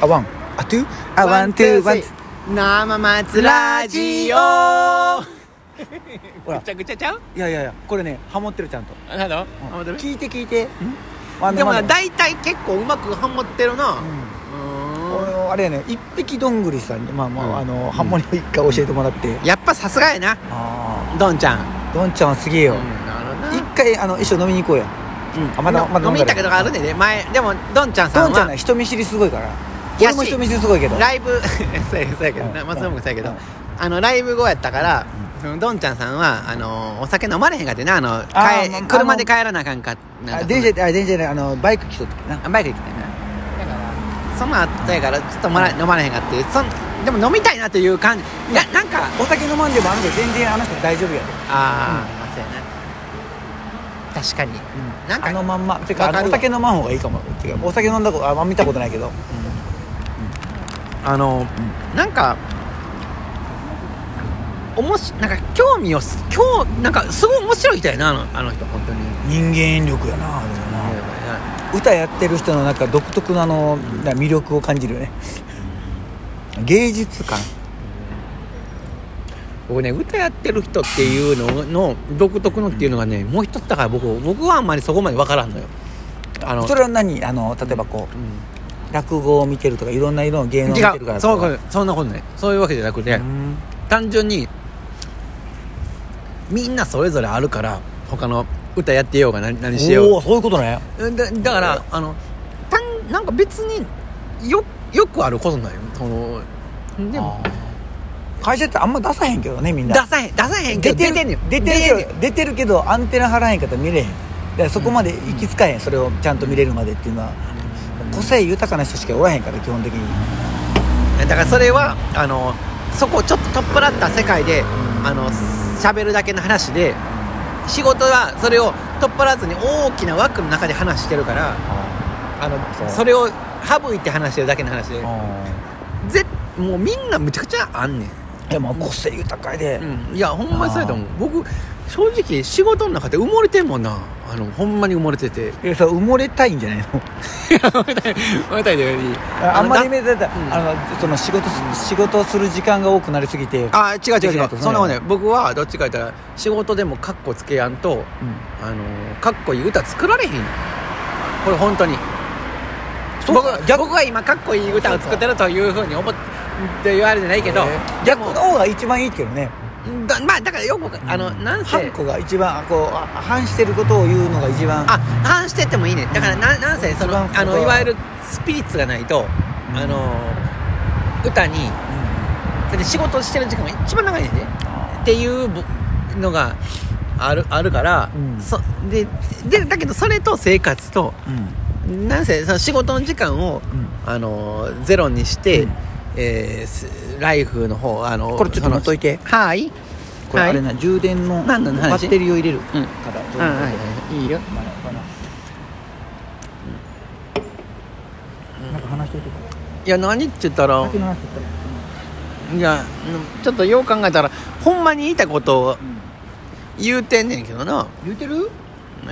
あワンあトゥーあワントゥーワンツー生松ラジオほらぐちゃぐちゃちゃういやいやいやこれねハモってるちゃんとあなの、うんハモってる聞いて聞いてあのでもまなだ大体結構うまくハモってるなうんう俺あれやね一匹どんぐりさんにまあまあ,、うんあのハモリを一回教えてもらって、んやっぱさすがやなあドンちゃんあどんちゃんはすげえよ、なるほど一回あの一緒飲みに行こうやあまだまだ飲み行ったことがあるねんで前でもドンちゃんさどんんちゃんなはい人見知りすごいからいや俺も人見知りすごいけどライブ そうやそうやけどうなん松本もそうやけうどんあのライブ後やったからそのドンちゃんさんはあのお酒飲まれへんかってなあの帰まあ車で帰らなあかんかなんあか電車であ電車であのバイク来とったっけなあバイク行きたいなだからその後やからちょっともら飲まれへんかってそんでも飲みたいなという感じいやなんかお酒飲まんでもあの人全然あの人大丈夫やで、ああ、そうやな確かにうん、なんかあのまんまてかあわかのるおわ酒飲まん方がいいかもてかお酒飲んだことあんま見たことないけどあの、なんかおもしなんか興味をす今日なんかすごい面白い人やなあのあの人本当に、人間力やなあれもな、歌やってる人のなんか独特のあのな魅力を感じるよね芸術感僕ね歌やってる人っていうのの独特のっていうのがね、もう一つだから僕僕はあんまりそこまで分からんのよあのそれは何あの例えばこうんう落語を見てるとかいろんな色の芸能を見て違るからうとそうかかそんなことないそういうわけじゃなくて、うん単純にみんなそれぞれあるから他の歌やってようが何何しおよおそういうことねうだだからあのたんなんか別によよくあることなんよそのでもあー会社ってあんま出さへんけどねみん出なさへん出さへんけど出出ててるんねん出て出るんねけんど出てるけどアンテナ張らへんかったら見れへんだからそこまで行き着かへん、それをちゃんと見れるまでっていうのは個性豊かな人しかおらへんから基本的にだからそれはあのそこをちょっと取っ払った世界であの喋るだけの話で仕事はそれを取っ払わずに大きな枠の中で話してるからあのそうそれを省いて話してるだけの話でぜもうみんなむちゃくちゃあんねん、いやもう個性豊かやで、いやほんまにそうやと思う僕正直仕事の中で埋もれてんもんなあのほんまに埋もれて てえそう埋もれたいんじゃないの埋もれたいというよりああんまりだ目立た、うんあのその仕事す仕事をする時間が多くなりすぎて、うん、あ違う違うでき違ないうとそんなもんね僕はどっちか言ったら仕事でもカッコつけやんとあのかっこいい歌作られへんよこれ本当にそう僕かは僕は今かっこいい歌を作ってるというふうに思って言われてないけど、で逆のも方が一番いいけどねだまあだからよくあの、なんせハンコが一番あこうあ反してることを言うのが一番あ反してってもいいねだからななんせその一番あここのはいわゆるスピリッツがないと、うんあの歌にだって仕事してる時間が一番長いねんでっていうぼのがあるあるから、うんそででだけどそれと生活とうんなんせその仕事の時間を、うんあのゼロにして、うんえーすライフの方あのこれちょっとその持っといてはいこれはあいれな充電のバ何の話ッテリーを入れるうんからあはいはいいいよまだまだなんか話してていや何って言ったら先の話してたいやうんちょっとよう考えたらほんまに言いたことをうん言うてんねんけどな言うてる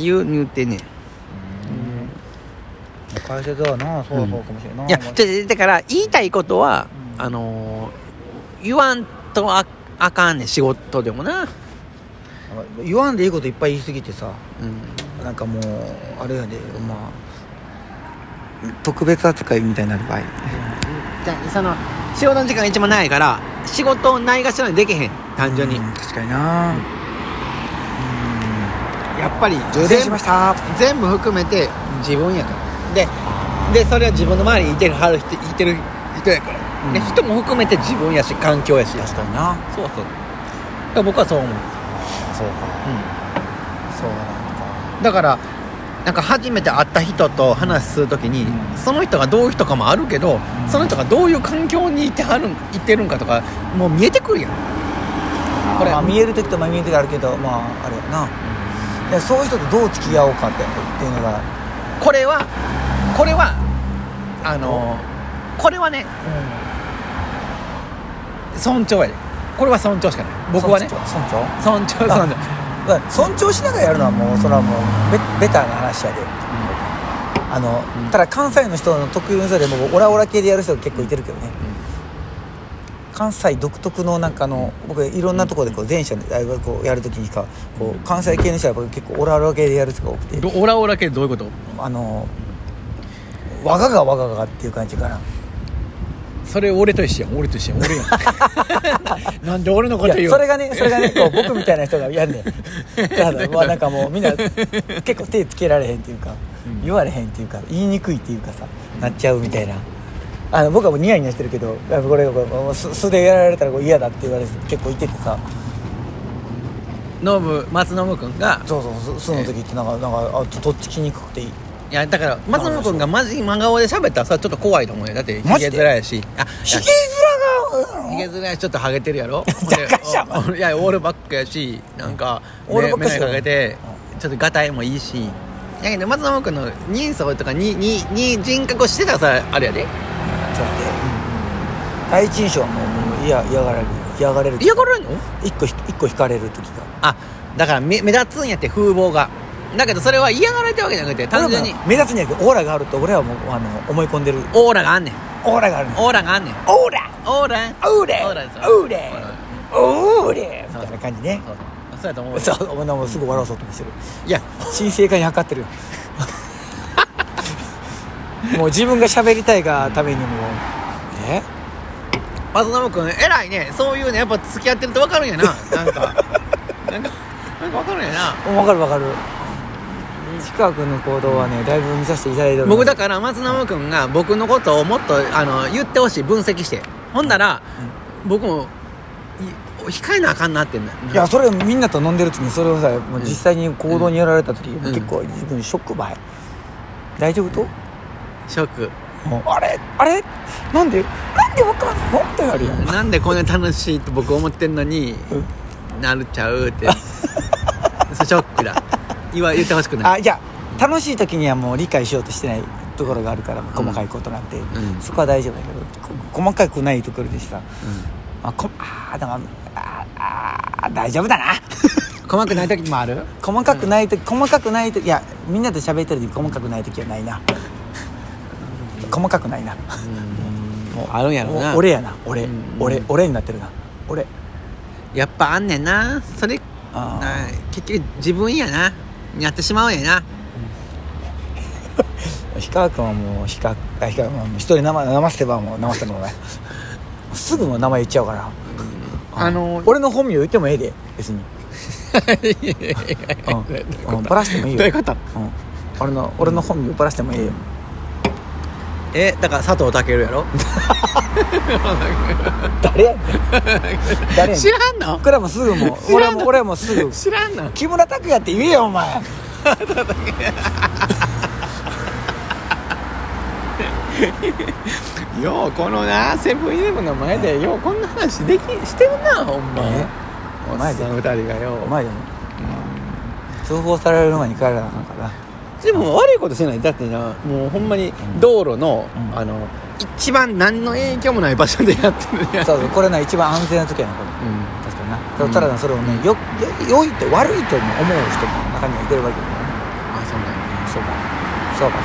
言う言うてんねん会社ではなそうそうかもしれんないやちょちょだから言いたいことは、うんあのー言わんとああかんねん仕事でもな、言わんでいいこといっぱい言いすぎてさうん、なんかもうあれやでまあ特別扱いみたいになる場合じゃあその仕事の時間が一番ないから仕事をないがしろにできへん単純に、うん確かになうんやっぱり充電しました全部含めて自分やからででそれは自分の周りにいてるはる人いてる人やから、うんで人も含めて自分やし環境やしそう確かになそうだから僕はそう思う、そうかそうなんかだからなんか初めて会った人と話するときに、うんその人がどういう人かもあるけど、んその人がどういう環境にいてはるんいてるんかとかもう見えてくるやんここれ、れまあ、見える時とまあ見える時あるけどまああれやなでそういう人とどう付き合おうかってっていうのがこれはこれはあのこれはね尊重やでこれは尊重しかない僕はね村長尊重尊あ重尊重しながらやるのはもうそれはもうベベターな話やで、ああの、うんただ関西の人の特有の人でもオラオラ系でやる人結構いてるけどね関西独特のなんかあの僕いろんなところでこう前者でライブこうやるときにかこう関西系の人は僕結構オラオラ系でやる人が多くてどオラオラ系どういうことあのわががわががっていう感じかなそれ俺と一緒やん俺と一緒やん俺やんなんで俺のことい言うやんそれが ねそれがねこう僕みたいな人がやんねんただまあなんかもうみんな結構手つけられへんっていうか、うん言われへんっていうか言いにくいっていうかさなっちゃうみたいなあの僕はもうニヤニヤしてるけどあのこれこれもう素素でやられたらこう嫌だって言われて結構いててさノブ松信君がそうそう素素の時ってなんかなんかあととっつきにくくていいいやだから松信君がマジ真顔で喋ったらさちょっと怖いと思うよだってマヒジゲで面やしあひげ面がヒゲ面やしちょっとハゲてる やろざかしやんほんでおいやオールバックやしなんかオールバック目し目かかけてちょっとガタイもいいしだけど松信君の人相とかににに人格をしてたらさあれやでそうやで第一印象はもうもう嫌嫌がられる嫌がられる嫌がられんの一個ひ一個引かれる時があだから目目立つんやって風貌がだけどそれは嫌がられてるわけじゃなくて単純に俺はもう目立つんやけどオーラがあると俺はもうあの思い込んでるオーラがあんねんオーラがあるのオーラがあんねんオーラオーラオーラオーラですオーラオーラみそうたいな感じねそうそうやと思うよそうお前もうすぐ笑わそうとしてるいや神聖化に測ってるよ もう自分が喋りたいがためにもえ松信君偉いねそういうねやっぱ付き合ってると分かるんやな なんかなんかなんか分かるんやな分かる分かる近くの行動はねだいぶ見させていただいております僕だから松信君が僕のことをもっとあの言ってほしい分析してほんなら、僕もい控えなあかんなってんだいやそれみんなと飲んでる時にそれをさもう実際に行動にやられた時、ん結構自分ショックばい大丈夫と、ショックもうあれあれなんでなんでわかんのってなるやんなんでこんな楽しいと僕思ってんのにうんなるちゃうって そショックだ言わ言ってほしくないあじゃあ楽しい時にはもう理解しようとしてないところがあるから細かいことなんて、んそこは大丈夫だけどこ細かくないところでさ、うあこあーだからあーあー大丈夫だな ん細くない時もある細かくない時細かくない時いやみんなと喋ってる時細かくない時はないな細かくないなもうあるんやろなお俺やな俺、うん俺俺になってるな俺やっぱあんねんなそれあーな結局自分やなやってしまうんやな氷川君はもう氷川あ氷川君はもう一人生生せばもう生せてもないすぐもう名前言っちゃうからあの俺の本名言ってもええで別にうんうんばらしてもいいよどういうことうん俺の俺の本名ばらしてもええよえだから佐藤健やろ誰やねん誰や 知ねんらんの僕らもすぐもう知俺らはんもう俺はもうすぐ知らんの木村拓哉って言えよお前ようこのなセブンイレブンの前でようこんな話できしてるなほんまえお前前でさん二人がよお前でも通報される前に帰らなあかんからでも悪いことしてないだってなもうほんまに道路の、うんあの一番何の影響もない場所で やってるやんそうそうこれな一番安全な時やなこれうん確かになただただなそれをねよよ良いって悪いとも思う人も中にはいてるわけだからねあそうなんやそうかそうか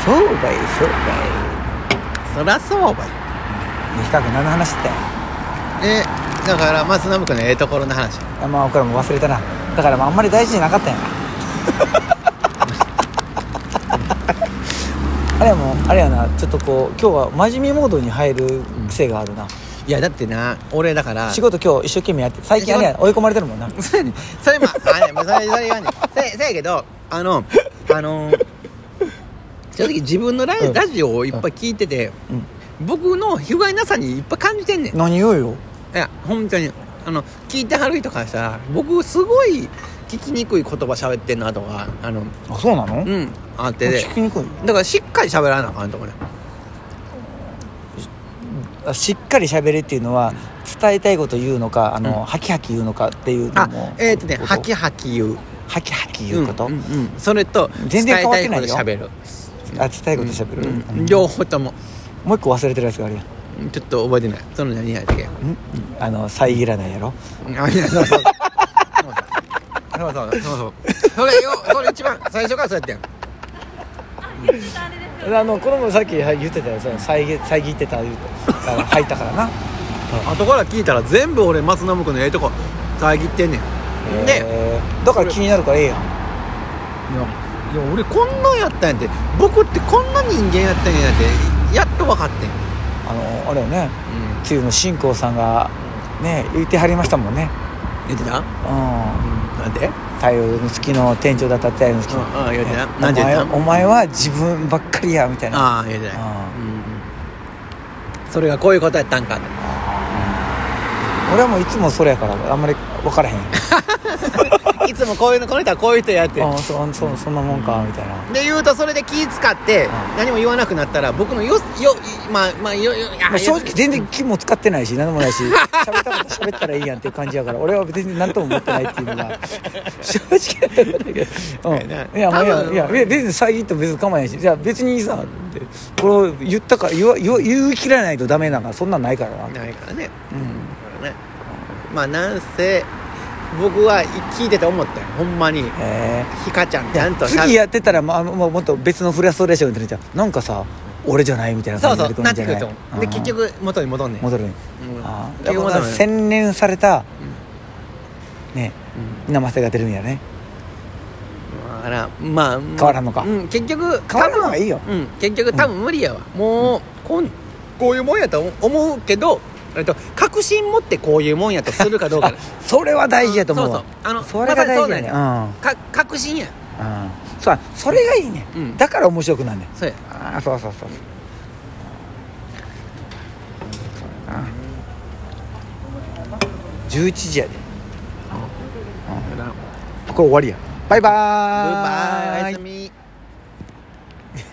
そうかそうかいそうかいそらそうばいね比較何の話してたんやえだから松信君のええところの話あまあ僕らも忘れたなだからまああんまり大事じゃなかったんやなあれはもうあれやなちょっとこう今日は真面目モードに入る癖があるな、いやだってな俺だから仕事今日一生懸命やって最近あれや追い込まれてるもんな それそれもあれもうそれそれはねせせやけどあのあの正直自分のラ,、うんラジオをいっぱい聞いてて、うん僕の被害なさにいっぱい感じてんねん何言うよいや本当にあの聞いてはる人からしたら僕すごい聞きにくい言葉喋ってんなとかあのあそうなの、うんあってで聞きにくいだからしっかり喋らなあかんとこねあしっかり喋るっていうのは伝えたいこと言うのかあの、ハキハキ言うのかっていうのあもえっ、とねことハキハキ言うハキハキ言うこと、んんんそれと全然変わってないよ伝えたいことあ伝えること喋喋る、る、ううんん両方とももう一個忘れてるやつがあるやんちょっと覚えてないその何やったっけんあの遮らないやろあいやそうそうそうそうそうそうそうそれよそれ一番最初からそうやってんあのこのもさっきはい言ってたよその遮遮ってた言うて から入ったからな後から聞いたら全部俺松信君のええとこ遮ってんねんでえーだから気になるからええやんいやいや俺こんなんやったんやって僕ってこんな人間やったんやってやっと分かってん、あのあれよね梅雨の新光さんがね言ってはりましたもんね言ってた、うんなんで、太陽の月の店長だった太陽の月の、うんうん言うてなえなんて言ったお前お前は自分ばっかりやみたいなああ言うてない、ああうんうんそれがこういうことやったんか俺はもういつもそれやからあんまり分からへんいつもこういうのこの人はこういう人やってああ そそそんなもんかみたいなで言うとそれで気使ってうん何も言わなくなったら僕のよよまあまあよよいやまあ、正直よ全然気も使ってないし何もないし喋ったこと喋ったらいいやんっていう感じやから俺は全然何とも思ってないっていうのが 正直なところだけど、うん、いねやまあい多やい分や別に遮っても別に構わないしじゃあ別にさってこれを言ったから言わ言わ言い切らないとダメなんかそんなんないからな、うん、ないからねねまあなんせ僕は聞いてて思ったよほんまにえひかちゃんーいちゃやんと次やってたら、まあ、もうもっと別のフラストレーションになるじゃんなんかさ俺じゃないみたいなそ感じうになそってくるうなんってじゃなくるいと思うでうん結局元に戻んねん戻るにうんあー結だか局戻らるね洗練されたねうん生瀬が出るんやねだからまあ変わらんのかうん結局変わらんのがいいよ多分うん結局多分無理やわもうこんこういうもんやと思うけどえっと確信持ってこういうもんやとするかど うかそれは大事やと思うわそうそうあのそれが大事やね、まか確信やうん、うん、そうそれがいいね、うんだから面白くなんねんそうやああそうそうそうそうあ11時やでだからこれ終わりやバイバーイバイバイおやすみ